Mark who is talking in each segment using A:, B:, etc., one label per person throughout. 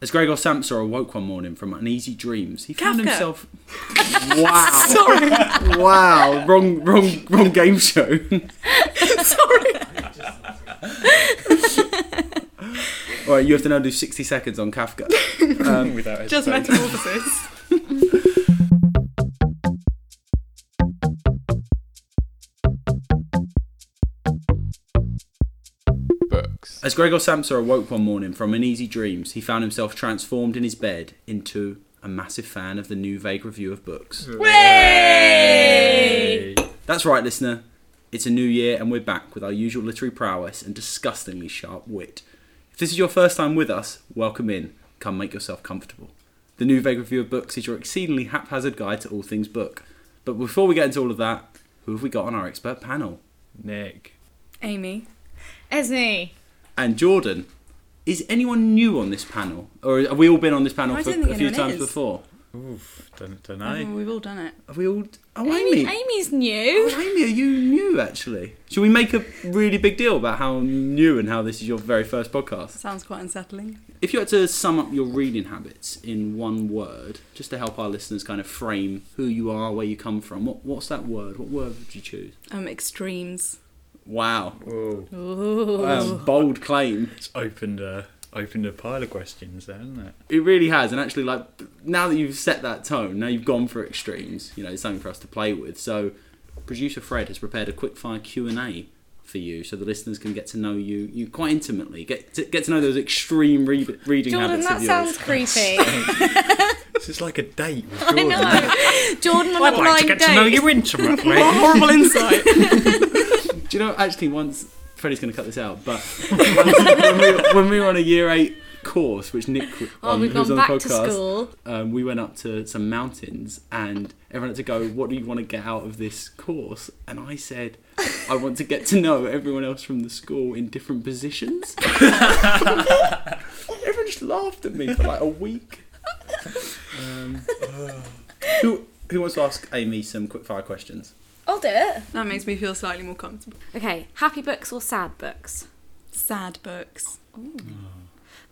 A: As Gregor Samsa awoke one morning from uneasy dreams, he found
B: Kafka.
A: himself. wow!
B: Sorry,
A: Wow! Wrong, wrong, wrong game show.
B: sorry.
A: All right, you have to now do sixty seconds on Kafka.
C: without hesitation.
B: Just metamorphosis.
D: Books.
A: As Gregor Samsa awoke one morning from uneasy dreams, he found himself transformed in his bed into a massive fan of the new vague review of books.
B: Way!
A: That's right, listener. It's a new year, and we're back with our usual literary prowess and disgustingly sharp wit. If this is your first time with us, welcome in. Come make yourself comfortable. The new vague review of books is your exceedingly haphazard guide to all things book. But before we get into all of that, who have we got on our expert panel?
C: Nick.
B: Amy.
E: Esme.
A: And Jordan, is anyone new on this panel, or have we all been on this panel
B: I
A: for
B: don't think
A: a few
B: anyone
A: times
B: is.
A: before?
C: Oof. Don't, don't
B: Oh,
E: Mm.
C: I?
B: we've all done it.
A: Have we all? Oh,
E: Amy.
A: Amy.
E: Amy's new.
A: Oh, Amy, are you new actually? Should we make a really big deal about how new and how this is your very first podcast?
B: Sounds quite unsettling.
A: If you had to sum up your reading habits in one word, just to help our listeners kind of frame who you are, where you come from, what, what's that word? What word would you choose?
B: Um, extremes.
A: Wow,
C: Whoa.
E: Ooh.
A: that's a bold claim.
C: It's opened a opened a pile of questions there, hasn't it?
A: It really has, and actually, like now that you've set that tone, now you've gone for extremes. You know, it's something for us to play with. So, producer Fred has prepared a quickfire Q and A for you, so the listeners can get to know you you quite intimately. Get to, get to know those extreme re- reading
E: Jordan,
A: habits
E: that
A: of yours.
E: sounds creepy.
C: This is like a date with
E: I
C: Jordan.
E: know. Jordan on a
C: I'd like to
E: blind
C: get to know
E: date.
C: you intimately.
B: Horrible insight.
A: Do you know actually once Freddie's going to cut this out, but when, we, when we were on a year eight course, which Nick w-
E: Oh,
A: um,
E: we've
A: who was
E: gone
A: on
E: back
A: the
E: to
A: podcast,
E: school.
A: um, we went up to some mountains and everyone had to go, What do you want to get out of this course? And I said, I want to get to know everyone else from the school in different positions. everyone just laughed at me for like a week. Um, who, who wants to ask Amy some quickfire questions?
E: I'll do it.
B: that makes me feel slightly more comfortable.
E: Okay, happy books or sad books?
B: Sad books.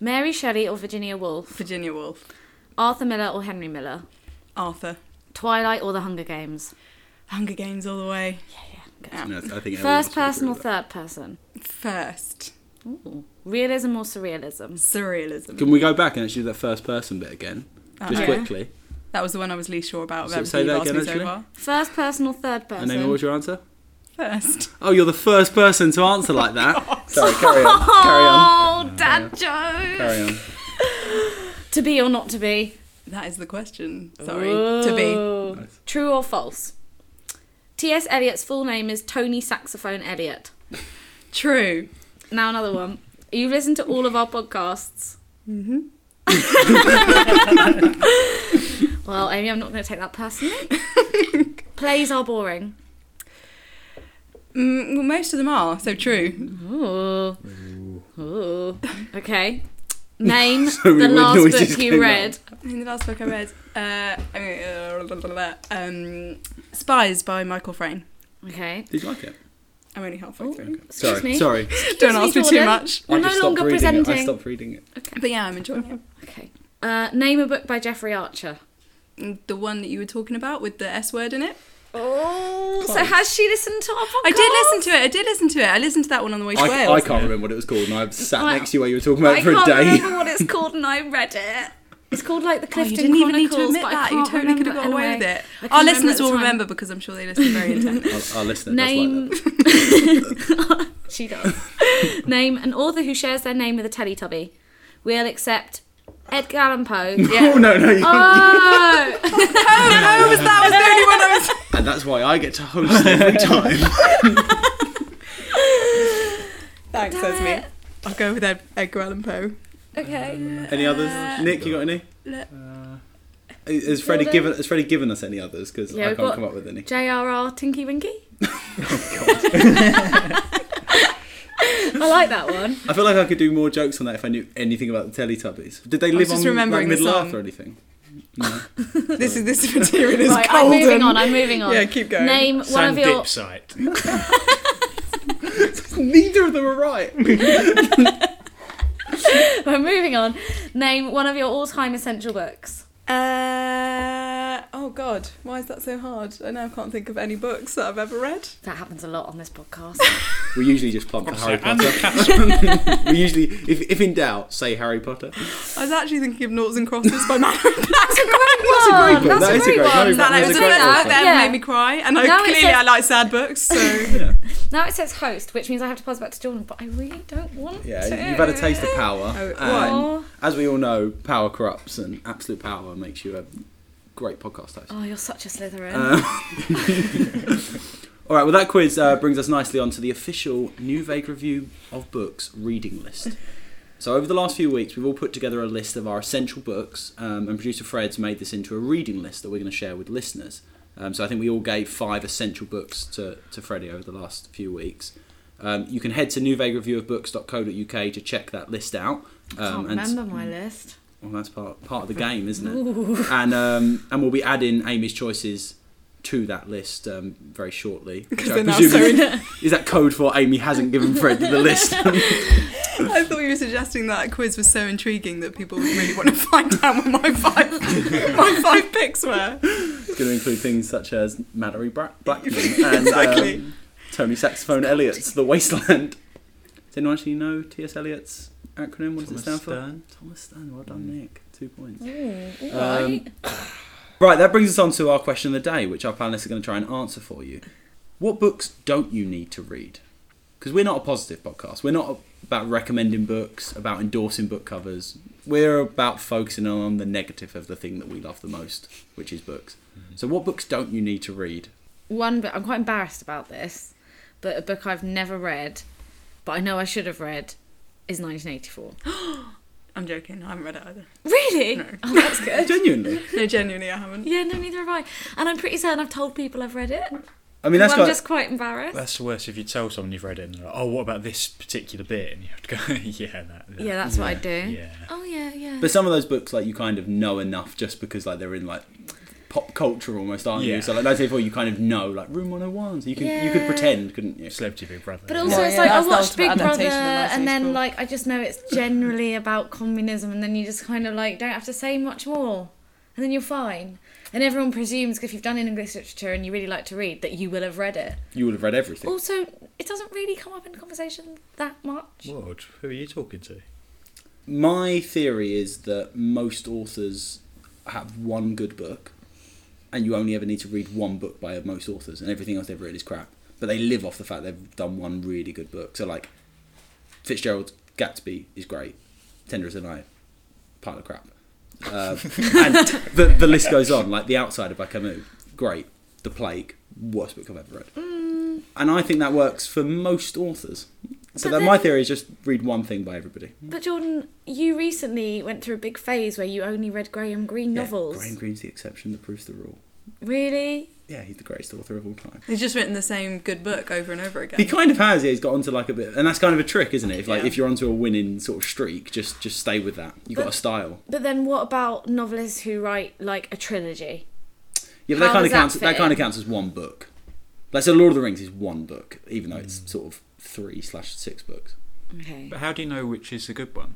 E: Mary Shelley or Virginia Woolf?
B: Virginia Woolf.
E: Arthur Miller or Henry Miller?
B: Arthur.
E: Twilight or The Hunger Games?
B: Hunger Games all the way.
A: No, I think everyone wants to
E: First
A: agree
E: person or
A: with that.
E: third person?
B: First.
E: Ooh. Realism or surrealism?
B: Surrealism.
A: Can we go back and actually do that first person bit again?
E: Oh,
B: Uh,
A: Just
B: yeah.
A: quickly.
B: That was the one I was least sure about of
A: So-
B: everything
A: say that
B: you've asked
A: again,
B: me so
A: actually.
B: far.
E: First person or third person?
A: And then what was your answer?
B: First.
A: Oh, you're the first person to answer like that. Sorry, carry on. Carry on.
E: Oh, dad joke!
A: Carry on.
E: To be or not to be?
B: That is the question. Sorry. To
A: Oh.
B: be.
E: Ooh. True or false? T.S. Eliot's full name is Tony Saxophone Eliot.
B: True.
E: Now another one. You listen to all of our podcasts. Mm-hmm. well, Amy, I'm not going to take that personally. Plays are boring.
B: Mm, well, most of them are, so true.
E: Ooh. Ooh. Okay. Name
A: So we
E: the
A: were
E: last
A: noises
E: book
A: came
E: you read.
B: I mean, the last book I read, uh, I mean, uh, blah, blah, blah, blah, um, Spies by Michael Frayne.
E: Okay.
A: Did you like it?
B: I'm only halfway through.
E: Excuse
A: Sorry.
E: me.
A: Sorry.
B: Don't ask me too
E: Jordan.
B: much.
A: I
E: We're no
A: just stopped
E: longer
A: reading
E: presenting.
A: it. I stopped reading it.
B: But yeah, I'm enjoying it.
E: Okay. Uh, name a book by Jeffrey Archer.
B: the one that you were talking about with the S word in it.
E: Oh, so
A: Close.
E: has she listened to our podcast?
B: I did listen to it. I did listen to it. I listened to that one on the way to
A: I, I
B: Wales.
A: can't remember what it was called, and I sat
E: Well,
A: next to you while you were talking about
E: I
A: it for a
E: can't
A: day.
E: remember what it's called, and I read it. It's called like the
B: Oh, you
E: Clifton
B: didn't even need to
E: Chronicles,
B: admit
E: but I
B: that. You
E: can't
B: totally could have
E: remember
B: got away
E: anyway.
B: with it.
E: I couldn't
B: Our
E: remember at
B: listeners
E: the
B: will
E: time.
B: remember because I'm sure they listen very intently.
A: I'll, I'll listen.
E: Name. she does. Name an author who shares their name with a Teletubby. We'll accept Edgar Allan Poe.
A: Yeah. Oh no no! You
E: Oh,
B: oh, was that was the only one I was.
A: And that's why I get to host every time.
B: Thanks, Esme. I'll go with Ed- Edgar Allan Poe.
E: okay.
A: any others?
E: Uh,
A: Nick, you got any?
B: look.
A: Has Freddie
E: Jordan?
A: given? Has Freddie given us any others? Because
E: Yeah,
A: I
E: we've
A: can't
E: got-
A: come up with any.
E: J.R.R. Tinky Winky. I like that one.
A: I feel like I could do more jokes on that if I knew anything about the Teletubbies. Did they live
B: just
A: on like,
B: remembering the
A: Middle
B: song.
A: Earth or anything?
B: This is this material is
E: Right, I'm
B: golden.
E: moving on. I'm moving on.
B: Yeah, keep going.
E: Name one
C: Sand
E: of your
C: dip site.
A: Neither of them are right.
E: We're moving on. Name one of your all-time essential books.
B: Uh, oh God, why is that so hard? I now can't think of any books that I've ever read.
E: That happens a lot on this podcast.
A: We usually just plump to Harry
C: And the
A: Potter.
C: cat.
A: we usually, if, if in doubt, say Harry Potter.
B: I was actually thinking of Noughts and Crosses by Mallory Black.
A: That's a great book.
E: That's
A: That
E: a
A: is
E: great
A: Harry
E: one.
A: Potter.
B: That
A: That
B: I
A: is
B: was
A: a
B: doing
A: great
B: that
A: one.
B: out there
E: Yeah.
B: made me cry, and I,
E: Now it
B: clearly
E: says-
B: I like sad books. So
E: now it says host, which means I have to pause back to Jordan, but I really don't want
A: Yeah,
E: to.
A: you've had a taste of power.
B: Oh, it
E: was.
A: and as we all know, power corrupts, and absolute power makes you a great podcast host.
E: Oh, you're such a Slytherin.
A: Uh, All right, well, that quiz uh, brings us nicely onto the official New Vague Review of Books reading list. So, over the last few weeks, we've all put together a list of our essential books, um, and producer Fred's made this into a reading list that we're going to share with listeners. Um, so, I think we all gave five essential books to, to Freddie over the last few weeks. Um, you can head to newvaguereviewofbooks.co.uk to check that list out.
E: I can't
A: Um, and-
E: remember my list.
A: well, that's part part of the game, isn't it? And um, and we'll be adding Amy's choices to that list um, very shortly. Which I
B: they're now
A: presume is, is that code for Amy hasn't given Fred the list?
B: I thought you were suggesting that quiz was so intriguing that people would really want to find out what my five my five picks were.
A: it's going to include things such as Mallory Bra- Blackman and
B: Exactly.
A: um, Tony Saxophone Elliott's The Wasteland. Does anyone actually know T.S. Eliot's acronym? What does
C: Thomas
A: it stand for?
C: Stern.
A: Thomas Stern. Well done, Nick. Two points.
E: Ooh,
A: Um,
E: alright.
A: Right, that brings us on to our question of the day, which our panelists are going to try and answer for you. What books don't you need to read? Because we're not a positive podcast. We're not about recommending books, about endorsing book covers. We're about focusing on the negative of the thing that we love the most, which is books. So, what books don't you need to read?
E: One book, I'm quite embarrassed about this, but a book I've never read, but I know I should have read, is 1984.
B: I'm joking. I haven't read it either.
E: Really?
B: No.
E: Oh, that's good.
A: Genuinely.
B: No, genuinely, I haven't.
E: yeah, no, neither have I. And I'm pretty certain I've told people I've read it.
A: I mean, that's
E: I'm
A: got,
E: just quite embarrassed.
C: That's worse if you tell someone you've read it and they're like, oh, what about this particular bit? And you have to go, yeah, that. that
E: yeah, that's what I do.
C: Yeah.
E: Oh yeah, yeah.
A: But some of those books, like, you kind of know enough just because, like, they're in, like, pop culture almost, aren't
C: Yeah.
A: you? So, like, that's before you kind of know, like, Room 101. So you, can, you could
E: Yeah.
A: pretend, couldn't you?
C: Celebrity Big Brother.
E: But
C: yeah.
E: also,
B: Yeah,
E: it's
B: yeah,
E: like I
B: that's the
E: watched Big
B: ultimate
E: Brother,
B: adaptation of Nice
E: and
B: Age
E: then
B: School.
E: like I just know it's generally about communism, and then you just kind of like don't have to say much more, and then you're fine. And everyone presumes if you've done English literature and you really like to read that you will have read it.
A: You would have read everything.
E: Also, it doesn't really come up in conversation that much.
C: Lord, who are you talking to?
A: My theory is that most authors have one good book, and you only ever need to read one book by most authors, and everything else they've read is crap. But they live off the fact they've done one really good book. So, like, Fitzgerald's Gatsby is great, Tender as a Knife, pile of crap. Uh, and the, the list goes on. Like, The Outsider by Camus, great. The Plague, worst book I've ever read. And I think that works for most authors. So,
E: Mm. But
A: that, my
E: then-
A: theory is just read one thing by everybody.
E: But Jordan, you recently went through a big phase where you only read Graham Greene
A: Yeah,
E: novels.
A: Graham Greene's the exception that proves the rule.
E: Really?
A: Yeah, he's the greatest author of all time.
B: He's just written the same good book over and over again.
A: He kind of has. Yeah, he's got onto like a bit, and that's kind of a trick, isn't it? If like
B: Yeah.
A: if you're onto a winning sort of streak, just just stay with that. You have got
E: But-
A: a style.
E: But then what about novelists who write like a trilogy?
A: Yeah, but that
E: How
A: kind
E: does
A: of
E: that
A: counts.
E: fit
A: That kind
E: in?
A: of counts as one book. Like so, Lord of the Rings is one book, even though
B: Mm.
A: it's sort of three slash six books.
E: Okay.
C: But how do you know which is the good one?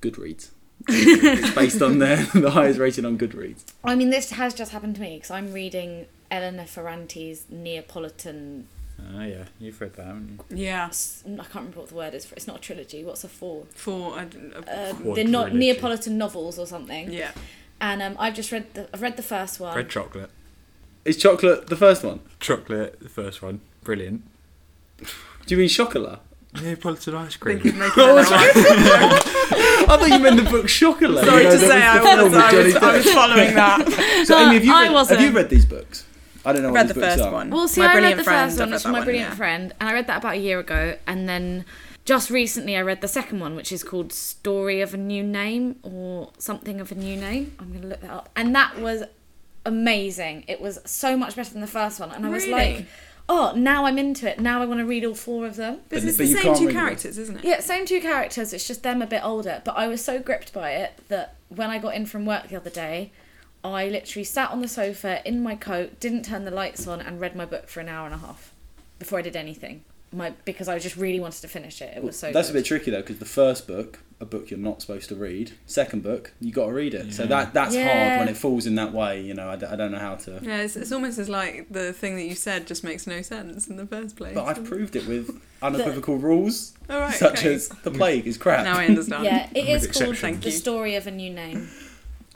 A: Goodreads. it's based on the the highest rating on Goodreads.
E: I mean, this has just happened to me because I'm reading Eleanor Ferrante's Neapolitan.
C: Oh, yeah, you've read that, haven't you?
B: yeah.
E: s- I can't remember what the word is for. It's not a trilogy. What's a four?
B: For I don't know.
E: Uh, they're
C: Quadrilogy.
E: not Neapolitan novels or something.
B: yeah.
E: And um, I've just read the. I've read the first one.
C: Red chocolate.
A: Is chocolate the first one?
C: Chocolate, the first one. Brilliant.
A: Do you mean chocolate?
C: Neapolitan ice
B: I think he'd
C: cream.
B: make
A: Oh,
B: another one.
A: I thought you meant the book Chocolate.
B: Sorry
A: You know,
B: to
A: that
B: say, I
A: the film
B: was,
A: with
B: I
A: Johnny
B: was, I
A: Depp.
B: was following that.
A: So Amy, have you,
E: I
A: read,
E: wasn't.
A: have you read these books? I don't know.
B: I
A: what
B: read the
A: these books
B: first
A: are.
B: one.
E: Well, see,
B: My
E: I read
B: Brilliant
E: the
B: Friend, I've
E: first one,
B: read
E: which is
B: that
E: my
B: one,
E: brilliant
B: yeah.
E: friend, and I read that about a year ago. And then just recently, I read the second one, which is called "Story of a New Name" or something of a new name. I'm gonna look that up. And that was amazing. It was so much better than the first one, and I was
B: Really?
E: like, "Oh, now I'm into it. Now I want to read all four of them."
B: But
A: But-
B: it's
A: but
B: the
A: you
B: same
A: can't
B: two
A: read it.
B: characters, isn't it?
E: Yeah, same two characters. It's just them a bit older. But I was so gripped by it that when I got in from work the other day, I literally sat on the sofa in my coat, didn't turn the lights on, and read my book for an hour and a half before I did anything. my because I just really wanted to finish it. It was so.
A: That's a
E: good.
A: bit tricky though, because the first book, a book you're not supposed to read. Second book, you got to read it. So
C: Yeah.
A: that that's
E: Yeah.
A: hard when it falls in that way. You know, I, d- I don't know how to.
B: Yeah, it's, it's almost as like the thing that you said just makes no sense in the first place.
A: But I've proved it with unequivocal rules,
B: All right,
A: such
B: okay.
A: as the plague is crap.
B: now I understand.
E: Yeah,
C: With
E: it is called
C: exception.
B: Thank
E: The
B: you.
E: Story of a New Name.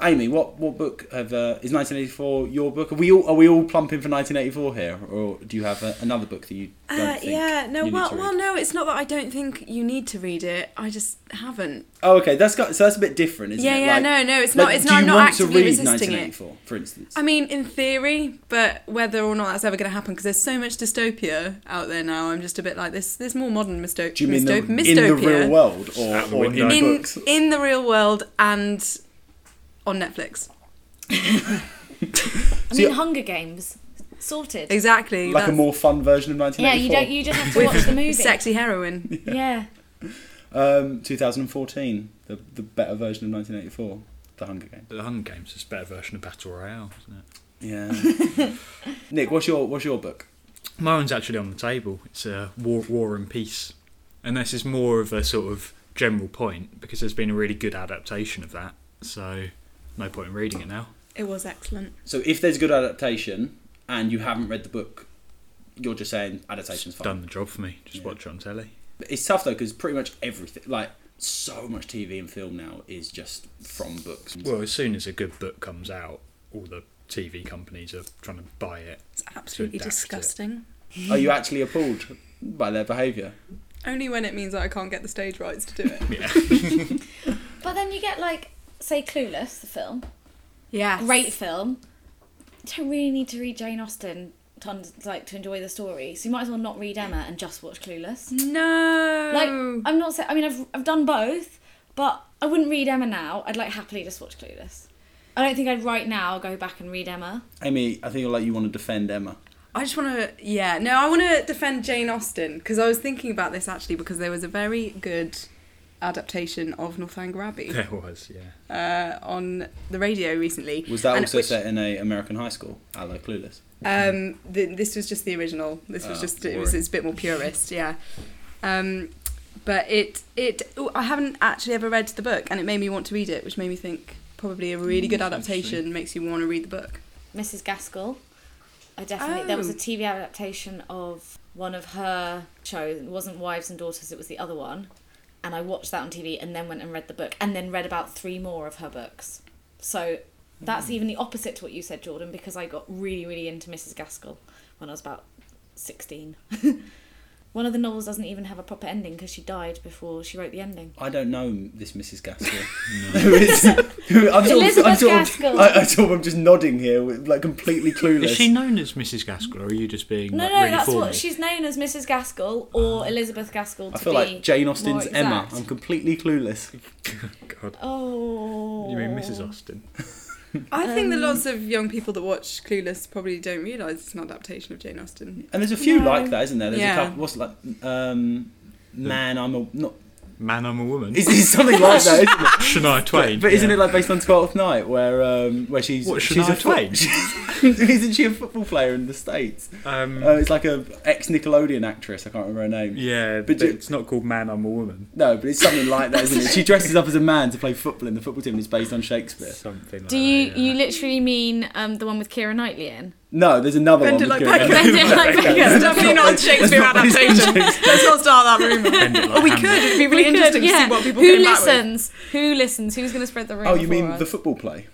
A: Amy, what what book have uh, is 1984 your book? Are we all are we all plumping for 1984 here, or do you have uh, another book that you don't
B: Uh,
A: think?
B: yeah,
A: you
B: no,
A: need
B: well,
A: to
B: well,
A: read?
B: no, it's not that I don't think you need to read it. I just haven't.
A: Oh, okay, that's got so that's a bit different, isn't
B: yeah,
A: it?
B: yeah,
A: Like-
B: no, no, it's
A: like,
B: not. It's
A: do
B: not. I'm
A: you
B: not
A: want to
B: actively
A: read
B: resisting it.
A: 1984, for instance?
B: I mean, in theory, but whether or not that's ever going to happen, because there's so much dystopia out there now. I'm just a bit like this. There's more modern misto-
A: do you mean
B: misto-
A: the,
B: mistopia
A: in the real world or,
C: Out the
A: or in
C: window.
A: the
B: in,
A: books?
B: in the real world and on Netflix.
E: I
A: So
E: mean,
A: you-
E: Hunger Games, sorted.
B: Exactly.
A: Like a
B: that's-
A: more fun version of
E: Yeah,
A: 1984.
E: you don't. You just have to watch the movie.
B: sexy heroine.
E: Yeah.
A: Um, 2014, the the better version of 1984, The Hunger Game.
C: But the Hunger Games is a better version of Battle Royale, isn't it?
A: Yeah. Nick, what's your what's your book?
C: My one's actually on the table. It's uh, War, War and Peace, and this is more of a sort of general point because there's been a really good adaptation of that. So no point in reading it now.
B: It was excellent.
A: So if there's a good adaptation and you haven't read the book, you're just saying adaptation's
C: It's
A: fine.
C: done the job for me. Just
A: Yeah.
C: watch it on telly.
A: But It's tough though because pretty much everything, like so much TV and film now, is just from books.
C: Well, as soon as a good book comes out, all the TV companies are trying to buy it.
B: It's absolutely
C: adapt it.
B: disgusting.
A: Are you actually appalled by their behaviour?
B: Only when it means that I can't get the stage rights to do it.
E: But then you get like, say, Clueless, the film,
B: Yeah.
E: great film. You don't really need to read Jane Austen to un- like to enjoy the story, so you might as well not read Emma and just watch Clueless.
B: No.
E: Like, I'm not saying. I mean, I've I've done both, but I wouldn't read Emma now. I'd like happily just watch Clueless. I don't think I'd right now go back and read Emma.
A: Amy, I think you're like you want to defend Emma.
B: I just want to, yeah, no, I want to defend Jane Austen because I was thinking about this actually because there was a very good adaptation of Northanger Abbey
C: There was, yeah.
B: uh, on the radio recently.
A: Was that
B: and
A: also
B: which-
A: set in a American high school? I like Clueless.
B: Um, th this was just the original. This was
A: Ah,
B: just it was
A: boring.
B: it's a bit more purist, yeah. Um, but it it ooh, I haven't actually ever read the book, and it made me want to read it, which made me think probably a really good adaptation makes you want to read the book.
E: Mrs. Gaskell. I definitely there was
A: Oh.
E: a TV adaptation of one of her shows. It wasn't Wives and Daughters. It was the other one, and I watched that on TV and then went and read the book and then read about three more of her books. So that's
A: Hmm.
E: even the opposite to what you said, Jordan, because I got really really into Mrs. Gaskell when I was about sixteen. One of the novels doesn't even have a proper ending because she died before she wrote the ending.
A: I don't know this Mrs. Gaskell. Who is- who- I'm sort of, I'm
E: Elizabeth
A: sort
E: Gaskell.
A: Of, I, I sort of am just nodding here, with, like completely clueless.
C: Is she known as Mrs. Gaskell, or are you just being
E: No,
C: like,
E: no,
C: really
E: that's
C: formal?
E: what she's known as, Mrs. Gaskell or Elizabeth Gaskell. To
A: Ah. I feel
E: be
A: like Jane
E: more
A: Austen's Emma.
E: exact.
A: I'm completely clueless.
C: God,
E: Oh.
C: you mean Mrs. Austin?
B: I think that lots of young people that watch Clueless probably don't realise it's an adaptation of Jane Austen.
A: And there's a few
E: No.
A: like that, isn't there? There's
B: Yeah.
A: a couple. What's like, um, man, I'm a not.
C: Man, I'm a woman.
A: Is it something like that? Isn't it?
C: Shania Twain?
A: But isn't
C: yeah.
A: it like based on Twelfth Night, where um, where she's
C: What,
A: she's a
C: Shania Twain?
A: fo- isn't she a football player in the states?
C: Um,
A: Uh, it's like a ex Nickelodeon actress. I can't remember her name.
C: yeah,
A: but
C: but,
A: do-
C: it's not called Man, I'm a Woman.
A: No, but it's something like that, isn't it? She dresses up as a man to play football in the football team. and It's based on Shakespeare.
C: Something like
E: Do you you literally mean um, the one with Kira Knightley in?
A: No, there's another
B: Bend
A: one.
B: it like
A: with Kieran
B: Beckham.
E: Bend it like Beckham.
B: It's definitely not a Shakespeare adaptation. Let's not start that rumour.
C: oh,
B: We could. It'd be really
E: We could,
B: interesting to
E: yeah.
B: see what people
E: Who
B: came back with.
E: listens? Who listens? Who's going to spread the rumor?
A: Oh, you
E: for
A: mean
E: us?
A: the football play?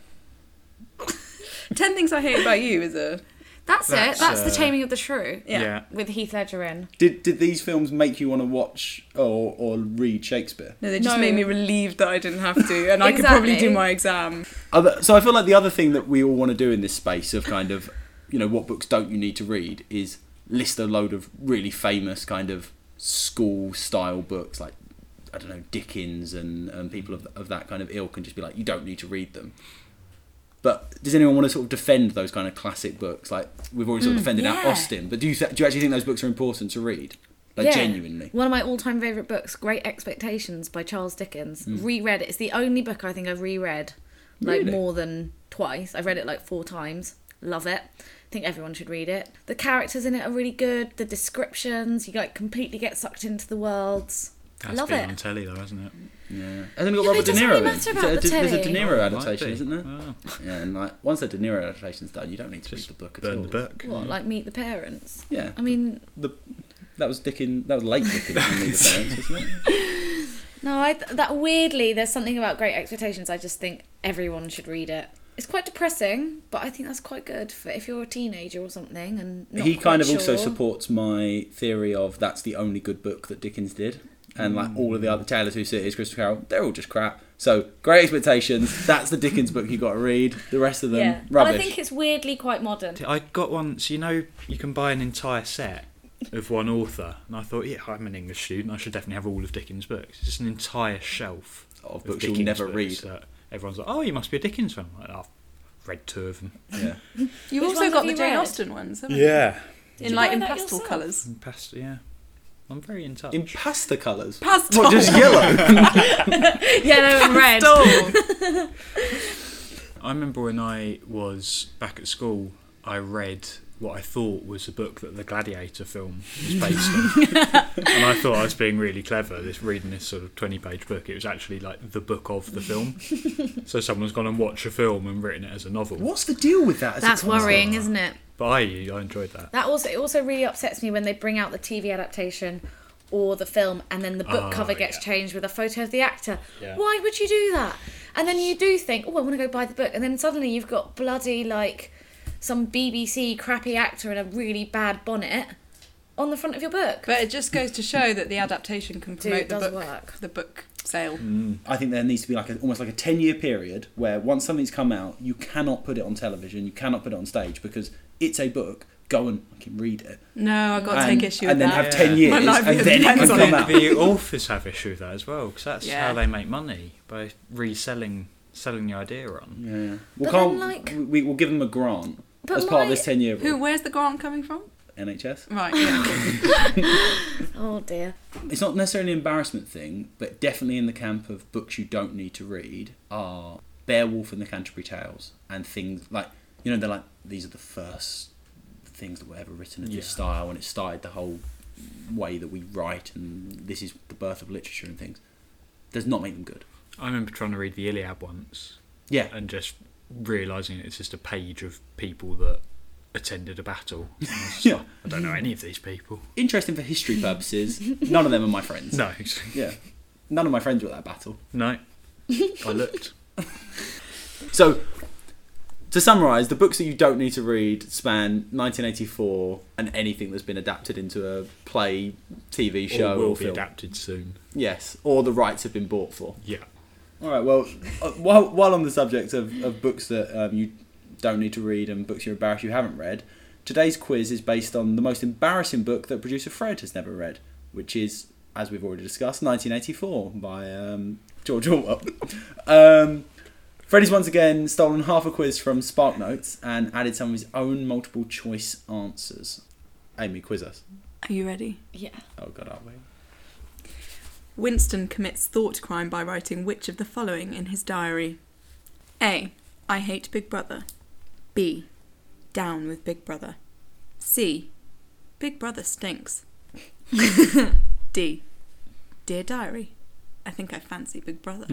B: Ten things I hate about you is a
E: That's,
C: That's,
E: it. That's the
C: uh,
E: Taming of the Shrew
B: yeah.
C: Yeah.
E: with Heath Ledger in.
A: Did did these films make you want to watch or or read Shakespeare?
B: No, they just
E: No.
B: made me relieved that I didn't have to, and I could probably do
E: Exactly.
B: my exam.
A: Other, so I feel like the other thing that we all want to do in this space of kind of, you know, what books don't you need to read is list a load of really famous kind of school style books like I don't know Dickens and and people of of that kind of ilk and just be like you don't need to read them. But does anyone want to sort of defend those kind of classic books? Like we've already sort of defended out
E: Mm, yeah.
A: Austin, but do you th- do you actually think those books are important to read? Like
E: Yeah.
A: genuinely.
E: One of my all-time favorite books, Great Expectations by Charles Dickens. Reread it. It's the only book I think I've reread like
A: Mm. Really?
E: more than twice. I've read it like four times. Love it. I think everyone should read it. The characters in it are really good. The descriptions, you like completely get sucked into the worlds. I
C: That's
E: love
C: been
E: it.
C: on telly though, hasn't it?
A: Yeah. And then we got
E: Yeah, but
A: Robert
E: it
A: De
E: doesn't
A: Niro
E: really
A: in.
E: matter about
A: There's a-
E: the
A: there's a De
E: telly.
A: Niro
C: Might
A: adaptation,
C: be. Ah.
A: isn't there?
C: Wow.
A: Yeah, and like once the De Niro adaptation's done, you don't need to
C: Just
A: read the book at
C: Burn
A: all.
C: the book.
A: Mm.
E: What, like Meet the Parents?
A: Yeah,
E: I mean,
A: that was Dickens. That was late Dickens. in Meet the parents, isn't it?
E: no, I th- that weirdly, there's something about Great Expectations. I just think everyone should read it. It's quite depressing, but I think that's quite good for if you're a teenager or something. And not
A: he
E: quite
A: kind of also
E: sure.
A: supports my theory of that's the only good book that Dickens did, and like all of the other Taylor Two Cities, Christopher Carol, they're all just crap. So Great Expectations, that's the Dickens book you got to read. The rest of them
E: Yeah,
A: rubbish.
E: and I think it's weirdly quite modern.
C: I got one. So you know, you can buy an entire set of one author, and I thought, yeah, I'm an English student. I should definitely have all of Dickens' books. It's just an entire shelf
A: Of books you'll never read.
C: that everyone's like, oh, you must be a Dickens fan. I'm like, I've read two of them.
A: yeah.
B: You've
E: Which
B: also
E: ones
B: got
E: have
B: the
E: you
B: Jane
E: read?
B: Austen ones, haven't
C: Yeah.
B: you?
E: Did
B: In
E: you
B: like
E: buy
B: in
E: that
B: pastel
E: yourself?
B: colours.
C: Past, yeah. I'm very in touch.
A: In pasta colours.
B: Pastel.
A: What, just yellow?
E: Yellow and red.
C: I remember when I was back at school, I read what I thought was a book that the Gladiator film was based on. and I thought I was being really clever, this reading this sort of 20 page book. It was actually like the book of the film. so someone's gone and watched a film and written it as a novel.
A: What's the deal with that? as a
E: That's
A: concept?
E: worrying, isn't it?
C: But I, I enjoyed that.
E: That also it also really upsets me when they bring out the TV adaptation or the film and then the book
A: Ah,
C: Oh,
E: cover gets
C: yeah.
E: changed with a photo of the actor.
C: Yeah.
E: Why would you do that? And then you do think, oh, I want to go buy the book, and then suddenly you've got bloody like some BBC crappy actor in a really bad bonnet on the front of your book.
B: But it just goes to show that the adaptation can
E: Dude,
B: promote
E: it
B: the
E: does
B: book,
E: work.
B: the book sale.
A: I think there needs to be like a, almost like a ten year period where once something's come out, you cannot put it on television, you cannot put it on stage because it's a book. Go and fucking read it.
B: No, I've got to
A: and,
B: take issue with
A: and then
B: that.
A: have ten years,
B: My life
A: and then it can
B: depends on
A: come
B: it.
A: out.
C: The authors have issue with that as well, because that's
B: Yeah.
C: how they make money by reselling selling the idea on.
A: Yeah. We'll,
E: But
A: can't,
E: then, like-
A: we- we, we'll give them a grant
E: But
A: as part of
E: my-
A: this 10 year
B: Who?
A: rule.
B: Where's the grant coming from?
A: NHS.
B: Right. Yeah.
E: oh dear.
A: It's not necessarily an embarrassment thing, but definitely in the camp of books you don't need to read are Beowulf and the Canterbury Tales and things like, you know, they're like, these are the first things that were ever written in
C: Yeah.
A: this style and it started the whole way that we write and this is the birth of literature and things. Does not make them good.
C: I remember trying to read the Iliad once,
A: Yeah.
C: and just realizing it's just a page of people that attended a battle. And I was just
A: Yeah.
C: like, I don't know any of these people.
A: Interesting for history purposes. None of them are my friends.
C: No,
A: Yeah. None of my friends were at that battle.
C: no. I looked.
A: So, to summarise, the books that you don't need to read span 1984 and anything that's been adapted into a play, TV show,
C: or
A: or,
C: will be
A: film.
C: adapted soon.
A: yes, or the rights have been bought for.
C: Yeah.
A: All right. Well, uh, while while on the subject of, of books that um, you don't need to read and books you're embarrassed you haven't read, today's quiz is based on the most embarrassing book that producer Fred has never read, which is, as we've already discussed, 1984 by um, George Orwell. um, Fred has once again stolen half a quiz from SparkNotes and added some of his own multiple choice answers. Amy, quiz us.
B: Are you ready?
E: Yeah.
A: Oh God, aren't we?
B: Winston commits thought crime by writing which of the following in his diary? A. I hate Big Brother. B. Down with Big Brother. C. Big Brother stinks. D. Dear diary, I think I fancy Big Brother.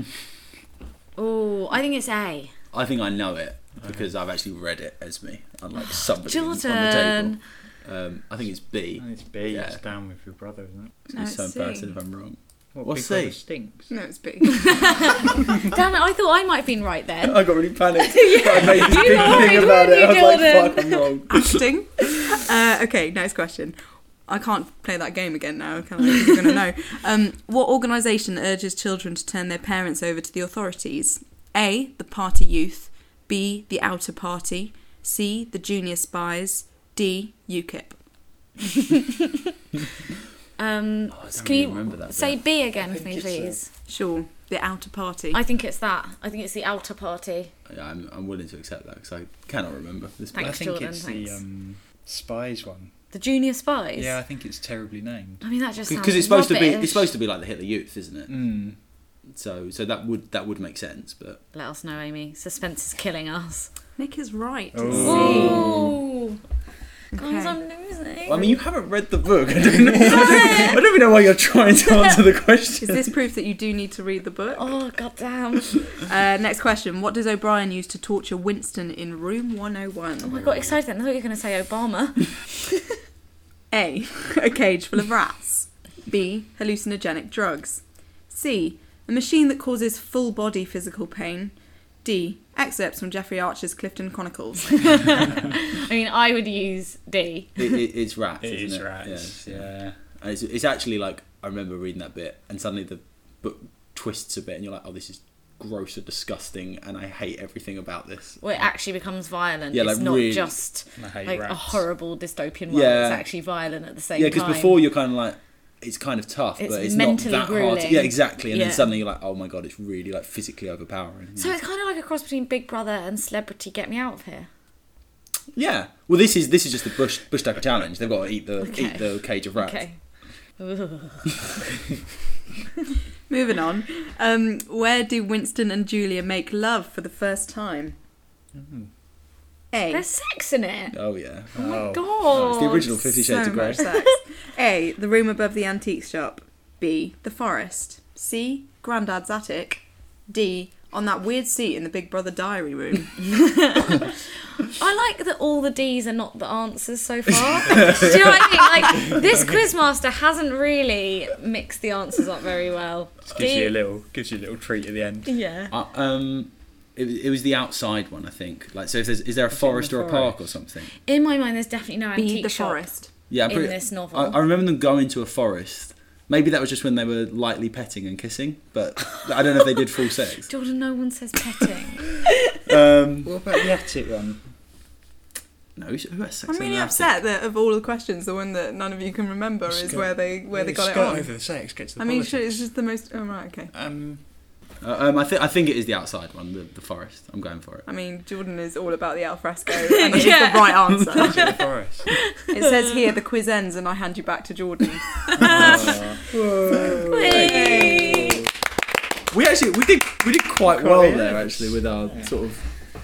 E: Oh, I think it's A.
A: I think I know it because I've actually read it as me, unlike somebody on the table.
E: Jordan.
A: Um, I think it's B.
C: And it's B.
A: Yeah.
C: It's down with your brother, isn't it?
A: It's
B: No,
A: gonna be so
B: it's C.
A: embarrassing if I'm wrong.
C: What,
A: What's
C: Big Brother
A: C?
C: stinks.
B: No, it's B.
E: Damn it! I thought I might have been right then.
A: I got really panicked. I made this
E: You
A: big
E: lied,
A: thing about it. I
E: wouldn't
A: was
E: you,
A: like,
E: Jordan?
A: fuck, I'm wrong.
B: acting. Uh, okay, next question. I can't play that game again now, can I? You're going to know. Um, what organisation urges children to turn their parents over to the authorities? A. The Party Youth. B. The Outer Party. C. The Junior Spies. D. UKIP.
E: Um,
A: Oh, I
E: s-
A: don't
E: can
A: really
E: you
A: remember that
E: say
A: bit.
E: B again
A: I
E: for me,
A: think it's, uh,
E: please?
B: Sure. The Outer Party.
E: I think it's that. I think it's the outer party.
A: Yeah, I'm, I'm willing to accept that because I cannot remember this.
E: Thank
A: bit.
E: I think Jordan, it's the, thanks.
C: um, spies one.
E: The junior spies.
C: I think it's terribly named.
E: I mean that just sounds
A: Because it's supposed to be
E: rubbish.
A: it's supposed to be like the Hitler Youth, isn't it?
C: Mm.
A: So so that would that would make sense, but
E: Let us know, Amy. Suspense is killing us.
B: Nick is right.
C: Oh.
B: It's C.
E: school. Guys,
B: Okay.
E: I'm losing.
A: I mean, you haven't read the book. I don't, know, I don't- I don't even know why you're trying to answer the
B: Is
A: question.
B: this proof that you do need to read the book?
E: Oh goddamn!
B: Uh, next question. What does O'Brien use to torture Winston in room
E: Oh, I
B: 101?
E: got excited. Then. I thought you were going to say Obama.
B: A. A cage full of rats. B. Hallucinogenic drugs. C. A machine that causes full body physical pain. D. Excerpts from Jeffrey Archer's Clifton Chronicles.
E: I mean, I would use D.
A: It, it, it's rats.
C: It
A: isn't
C: is
A: it?
C: rats,
A: Yes,
C: yeah.
A: yeah. And It's, it's actually like I remember reading that bit, and suddenly the book twists a bit, and you're like, "Oh, this is gross and disgusting, and I hate everything about this."
E: Well, it actually becomes violent.
A: Yeah,
E: it's
A: like,
E: not
A: really-
E: just
C: I hate
E: like a
C: rats.
E: horrible dystopian world.
A: Yeah.
E: It's actually violent at the same
A: Yeah,
E: time.
A: because before you're kind of like, it's kind of tough,
E: It's
A: but it's
E: mentally
A: not that hard. To,
E: grueling.
A: yeah, exactly. And
E: Yeah.
A: then suddenly you're like, "Oh my god, it's really like physically overpowering."
E: So it's kind of like a cross between Big Brother and Celebrity Get Me Out of Here.
A: yeah. Well, this is this is just the bush bush tucker challenge. They've got to eat the
E: Okay.
A: eat the cage of rats.
E: Okay. Ugh.
B: Moving on. Um, where do Winston and Julia make love for the first time?
A: Mm-hmm.
B: A.
E: There's sex in it.
A: Oh yeah.
E: Oh my
C: Oh.
E: god.
A: It's the original Fifty Shades
B: so
A: of Grey.
B: much sex. A. The room above the antique shop. B. The forest. C. Grandad's attic. D. On that weird seat in the Big Brother diary room.
E: I like that all the D's are not the answers so far. Do you know what I mean? Like this quizmaster hasn't really mixed the answers up very well.
C: Gives
E: D-
C: you a little, gives you a little treat at the end.
E: yeah.
A: Uh, um, it, it was the outside one, I think. Like, so if there's, is there a forest or a park or something?
E: In my mind, there's definitely no
B: B.
E: antique
B: The
E: shop.
B: forest.
A: Yeah, I'm
E: In
A: pretty-
E: this novel.
A: I, I remember them going to a forest. Maybe that was just when they were lightly petting and kissing, but I don't know if they did full sex.
E: Jordan, no one says petting.
A: Um,
C: What about the attic one?
A: no, who who has sex?
B: I'm
A: in
B: really
A: an
B: upset
A: attic?
B: that of all the questions, the one that none of you can remember
C: Just
B: is
C: go-
B: where they where they
C: Yeah,
B: got it
C: skirt
B: on.
C: over the sex, get to the
B: I mean, sure,
C: politics.
B: it's just the most. Oh right, okay.
C: Um,
A: Uh, um, I think I think it is the outside one, the, the forest. I'm going for it.
B: I mean, Jordan is all about the alfresco, and it's
E: Yeah.
B: the right answer.
C: is it the forest?
B: It says here the quiz ends, and I hand you back to Jordan.
C: Oh.
E: Whee!
A: We actually we did we did quite
C: Quite
A: well
C: well.
A: there actually with our sort of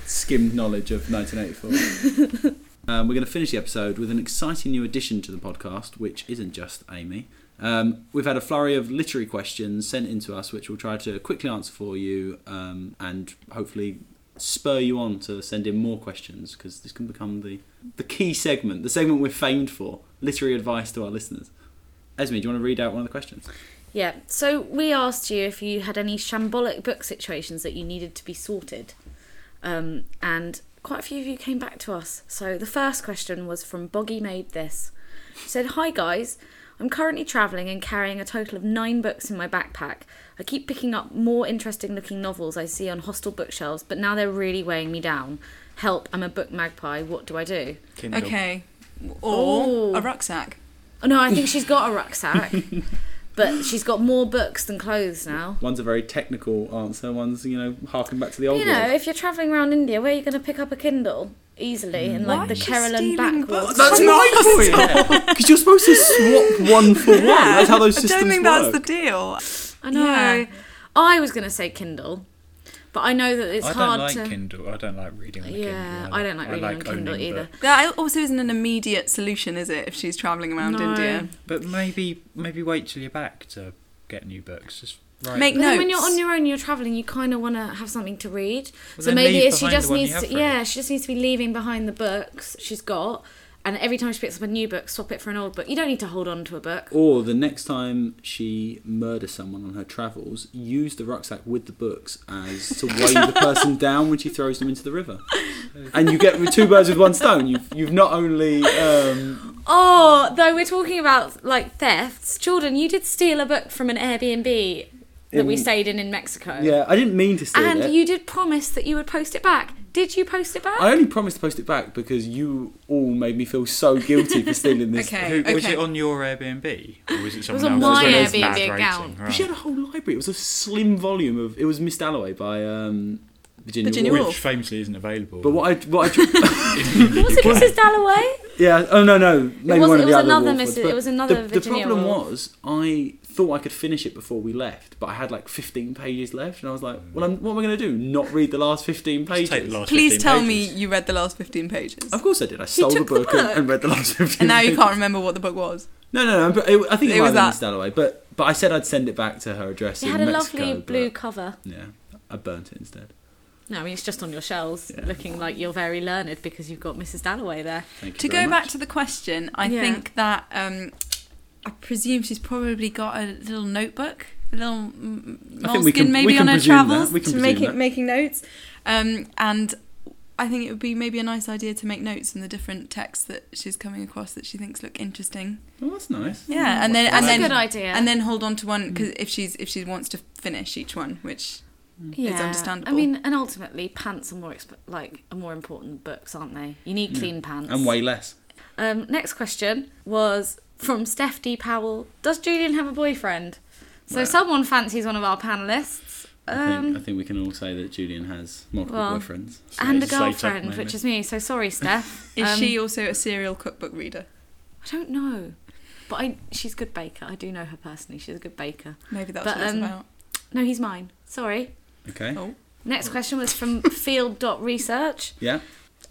A: skimmed knowledge of 1984. um, we're going to finish the episode with an exciting new addition to the podcast, which isn't just Amy. Um, we've had a flurry of literary questions sent in to us, which we'll try to quickly answer for you um, and hopefully spur you on to send in more questions because this can become the, the key segment, the segment we're famed for literary advice to our listeners. Esme, do you want to read out one of the questions?
E: yeah. So we asked you if you had any shambolic book situations that you needed to be sorted, um, and quite a few of you came back to us. So the first question was from Boggy Made This. said, Hi guys, I'm currently travelling and carrying a total of nine books in my backpack. I keep picking up more interesting looking novels I see on hostel bookshelves, but now they're really weighing me down. Help, I'm a book magpie, what do I do?
C: Kindle.
B: okay, or
E: Ooh.
B: a rucksack.
E: Oh, No, I think she's got a rucksack, but she's got more books than clothes now.
A: One's a very technical answer. One's you know harking back to the old
E: You know,
A: world.
E: if you're travelling around India, where are you going to pick up a Kindle? Easily, in like
B: Why
E: the
B: is she
E: Kerala
B: stealing
E: backwaters.
B: books? That's my point.
A: Because you're supposed to swap one for one. That's how those systems
B: I don't think
A: work.
B: that's the deal.
E: I know.
B: Yeah.
E: I was going to say Kindle, but I know that it's
C: I don't
E: hard
C: like
E: to.
C: Kindle. I don't like reading on the Kindle.
E: Yeah, I don't like reading on Kindle
C: owning
E: either.
C: book.
B: That also isn't an immediate solution, is it? If she's travelling around
E: No.
B: India,
C: But maybe maybe wait till you're back to get new books. Just write.
B: Make-
E: But then when you're
B: notes.
E: on your own, you're traveling. You kind of want to have something to read.
C: Well,
E: so
C: then
E: maybe
C: leave
E: if she
C: behind the
E: just
C: one you
E: needs,
C: have
E: to,
C: read.
E: yeah, she just needs to be leaving behind the books she's got, and every time she picks up a new book, swap it for an old book. You don't need to hold on to a book.
A: Or the next time she murders someone on her travels, use the rucksack with the books as to weigh the person down when she throws them into the river. And you get two birds with one stone. You've, you've not only. Um,
E: Oh, though we're talking about like thefts, Jordan, you did steal a book from an Airbnb that we
A: In-
E: stayed in in Mexico.
A: yeah, I didn't mean to steal
E: And
A: it.
E: you did promise that you would post it back. Did you post it back?
A: I only promised to post it back because you all made me feel so guilty for stealing this.
B: Okay.
C: Who, Was it on your Airbnb or was it someone else's?
E: on
A: my
C: It was
E: Airbnb
C: bad rating,
E: account.
A: But She had a whole library. It was a slim volume of. It was Miss Dalloway by um, Virginia,
B: Virginia
A: Woolf.
B: Woolf.
C: Which famously isn't available.
A: But what I what I
E: Was it Mrs. Dalloway?
A: yeah oh no no maybe
E: was-
A: one of
E: it
A: the
E: was
A: other
E: another
A: Woolf
E: Mrs-
A: ones,
E: it
A: but
E: was another
A: the,
E: Virginia
A: The problem
E: Woolf.
A: was I thought I could finish it before we left, but I had like 15 pages left, and I was like, well, I'm, what am I going to do? Not read the last 15 pages?
C: Just take the last
B: Please
C: 15
B: tell
C: pages.
B: me you read the last 15 pages.
A: Of course I did. I stole the
B: took the
A: book, and-
B: book.
A: and read the last 15.
B: And now you
A: pages.
B: can't remember what the book was.
A: No, no, no. But it, I think it,
B: It
A: might
B: was
A: have
B: that.
A: been Stallaway. But but I said I'd send it back to her address
E: It
A: in
E: had a
A: Mexico.
E: lovely
A: but-
E: blue cover.
A: Yeah, I burnt it instead.
E: No, I mean, it's just on your shelves,
A: Yeah.
E: looking like you're very learned because you've got Mrs. Dalloway there.
A: Thank you
B: To
A: very
B: go
A: much.
B: back to the question, I
E: Yeah.
B: think that um, I presume she's probably got a little notebook, a little m- m-
A: I think we
B: moleskin
A: can- we
B: maybe
A: can
B: on her
A: presume that.
B: travels
A: We can
B: to make
A: presume
B: it,
A: that.
B: making notes. Um, and I think it would be maybe a nice idea to make notes on the different texts that she's coming across that she thinks look interesting.
A: Well, Oh, that's nice. Mm.
B: Yeah, and then
E: That's
B: and
E: a
B: then
E: good idea.
B: and then hold on to one because if she's if she wants to finish each one, which
E: yeah.
B: understandable.
E: I mean, and ultimately, pants are more exp- like are more important than books, aren't they? You need clean pants.
A: And way less.
E: Um, next question was from Steph D. Powell. Does Julian have a boyfriend? So
A: Well-
E: someone fancies one of our panelists.
A: I, think,
E: Um,
A: I think we can all say that Julian has multiple
E: well,
A: boyfriends.
E: and a
C: Slate- slate up,
E: girlfriend, which
C: maybe.
E: is me. So sorry, Steph.
B: is
E: Um,
B: she also a serial cookbook reader?
E: I don't know, but I she's a good baker. I do know her personally. She's a good baker.
B: Maybe that's
E: but,
B: what it's
E: um,
B: about.
E: No, he's mine. Sorry.
A: Okay.
B: Oh,
E: Next question was from field.research.
A: Yeah.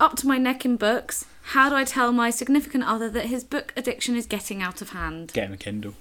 E: Up to my neck in books. How do I tell my significant other that his book addiction is getting out of hand?
C: Get him a Kindle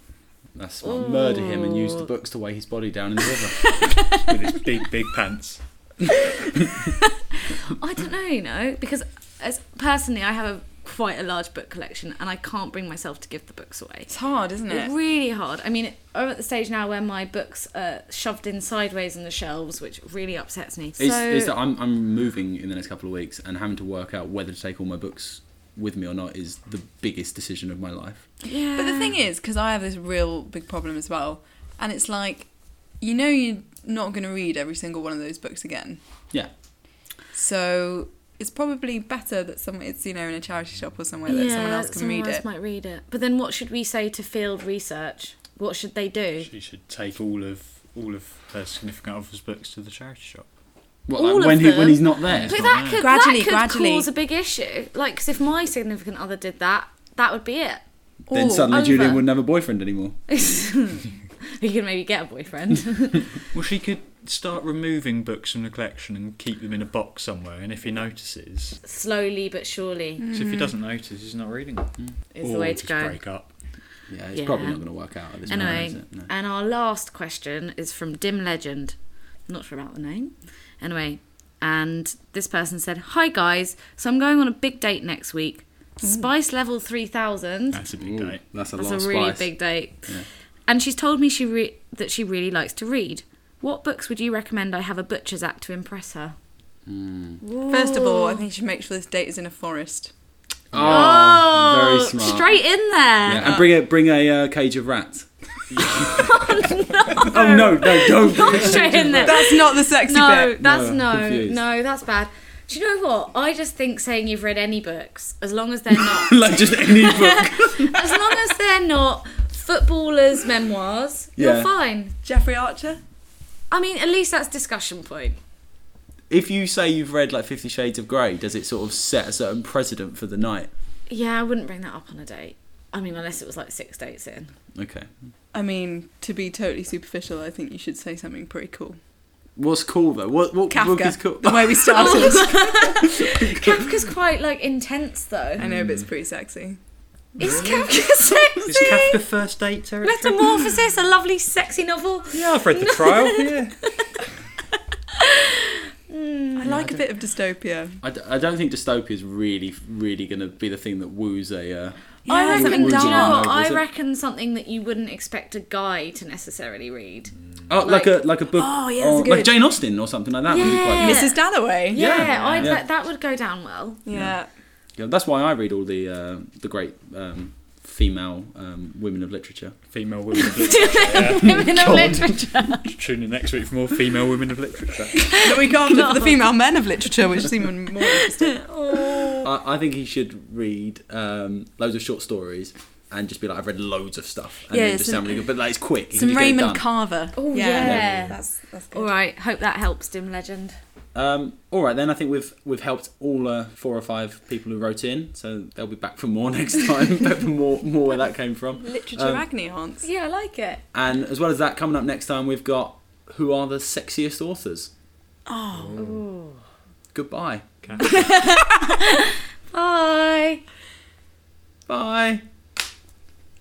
A: That's smart.
E: Oh.
A: Murder him and use the
E: Ooh.
A: books to weigh his body down in the river.
C: with his big, big pants.
E: I don't know, you know, because as personally, I have a quite a large book collection, and I can't bring myself to give the books away.
B: it's hard, isn't it?
E: It's really hard. I mean, I'm at the stage now where my books are shoved in sideways on the shelves, which really upsets me.
A: It's,
E: so
A: it's that I'm, I'm moving in the next couple of weeks and having to work out whether to take all my books with me or not is the biggest decision of my life.
E: yeah.
B: But the thing is, because I have this real big problem as well, and it's like, you know, you're not going to read every single one of those books again.
A: Yeah.
B: So it's probably better that someone, it's, you know, in a charity shop or somewhere that someone else can
E: someone
B: read
E: else
B: it.
E: might read it. But then, what should we say to field research? What should they do?
C: She should take all of all of her significant other's books to the charity shop.
A: Well,
E: All
A: like
E: of
A: when, he,
E: them?
A: when he's not there.
E: But that
C: Yeah.
E: could,
B: Gradually,
E: that could
B: gradually.
E: cause a big issue. Like, 'cause if my significant other did that, that would be it.
A: Then
B: Ooh,
A: suddenly
E: over.
A: Julian wouldn't have a boyfriend anymore.
E: you could maybe get a boyfriend.
C: Well, she could start removing books from the collection and keep them in a box somewhere. And if he notices,
E: Slowly but surely
B: Mm.
C: so if he doesn't notice, he's not reading. them.
E: is
C: or
E: Mm-hmm. the way to
C: just
E: go.
C: break up.
A: Yeah, it's
E: Yeah.
A: probably not going to work out at this
E: Anyway,
A: point, is it? No.
E: and our last question is from Dim Legend. Not sure about the name. Anyway, and this person said, "Hi guys, so I'm going on a big date next week.
B: Mm.
E: Spice level three thousand.
C: That's a big
A: Ooh,
C: date.
A: That's a
E: That's
A: lot
E: a
A: of
E: really
A: spice.
E: big date.
A: Yeah.
E: And she's told me she re- that she really likes to read. What books would you recommend I have a butcher's at to impress her?
A: Hmm.
B: First of all, I think you should make sure this date is in a forest.
A: Oh, very
E: Oh,
A: smart.
E: Straight in there.
A: Yeah, and bring a bring a uh, cage of rats. oh, no. no, don't.
E: Not straight in there.
B: That's not the sexy
E: no,
B: bit.
E: that's
A: No,
E: no,
A: I'm confused.
E: no, that's bad. Do you know what? I just think saying you've read any books, as long as they're not,
A: like just any book.
E: as long as they're not footballers' memoirs,
A: Yeah.
E: you're fine.
B: Jeffrey Archer?
E: I mean, at least that's discussion point.
A: if you say you've read like Fifty Shades of Grey, does it sort of set a certain precedent for the night?
E: Yeah, I wouldn't bring that up on a date. I mean, unless it was like six dates in.
A: Okay.
B: I mean, to be totally superficial, I think you should say something pretty cool.
A: What's cool though? What what book is cool?
B: Kafka, the way we started.
E: Kafka's quite like intense though.
B: I know, but it's pretty sexy.
E: Is Kafka sexy?
C: Is Kafka first date territory?
E: Metamorphosis, a lovely sexy novel.
C: Yeah, I've read the trial. yeah.
B: I like a bit of dystopia.
A: I, d- I don't think dystopia is really really going to be the thing that woos a. Uh,
E: I
B: Yeah,
E: reckon,
A: something
E: do you
A: dark.
E: know what?
A: No, is
E: I
A: it?
E: reckon something that you wouldn't expect a guy to necessarily read.
A: oh, like,
E: Like-
A: a like a book.
B: Oh, yeah, that's
A: or-
B: good.
A: like Jane Austen or something like that. Would be quite
E: Yeah.
B: Mrs. Dalloway.
A: Yeah,
E: Yeah, I'd,
A: yeah.
E: That, that would go down well.
B: yeah.
A: Yeah, that's why I read all the uh, the great um, female um, women of literature.
C: Female women of literature.
E: Women of literature.
C: Tune in next week for more female women of literature.
B: that we can't look for the female men of literature, which seem even more interesting.
A: I, I think he should read um, loads of short stories and just be like, I've read loads of stuff. And
B: Yeah,
A: then just
B: some-
A: sound really good, but like it's quick. He can
B: Some
A: just get it
B: Raymond
A: done.
B: Carver.
E: Oh, yeah.
B: That's, that's
E: All
B: good.
E: right, hope that helps, Dim Legend.
A: Um, all right, then I think we've we've helped all uh, four or five people who wrote in, so they'll be back for more next time. back for more more where that came from.
B: Literature
A: Um,
B: agony haunts.
E: Yeah, I like it.
A: And as well as that, coming up next time, we've got who are the sexiest authors.
B: Oh,
A: Goodbye.
C: Okay.
E: Bye.
A: Bye.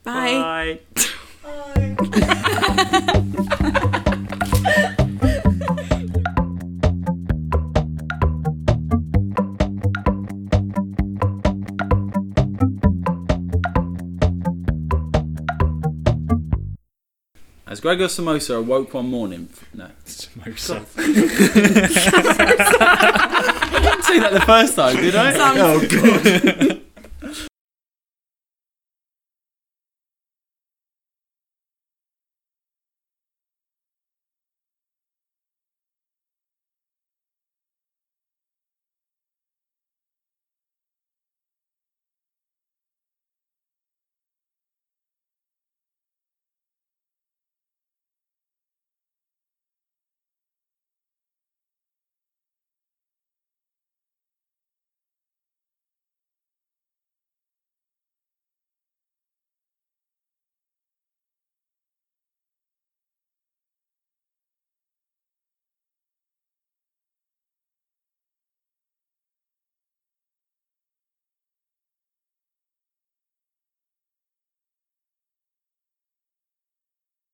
B: bye.
C: Bye.
A: As Gregor Samosa awoke one morning, no,
C: Samosa.
A: I didn't say that the first time, did I?
B: Some-
A: oh god.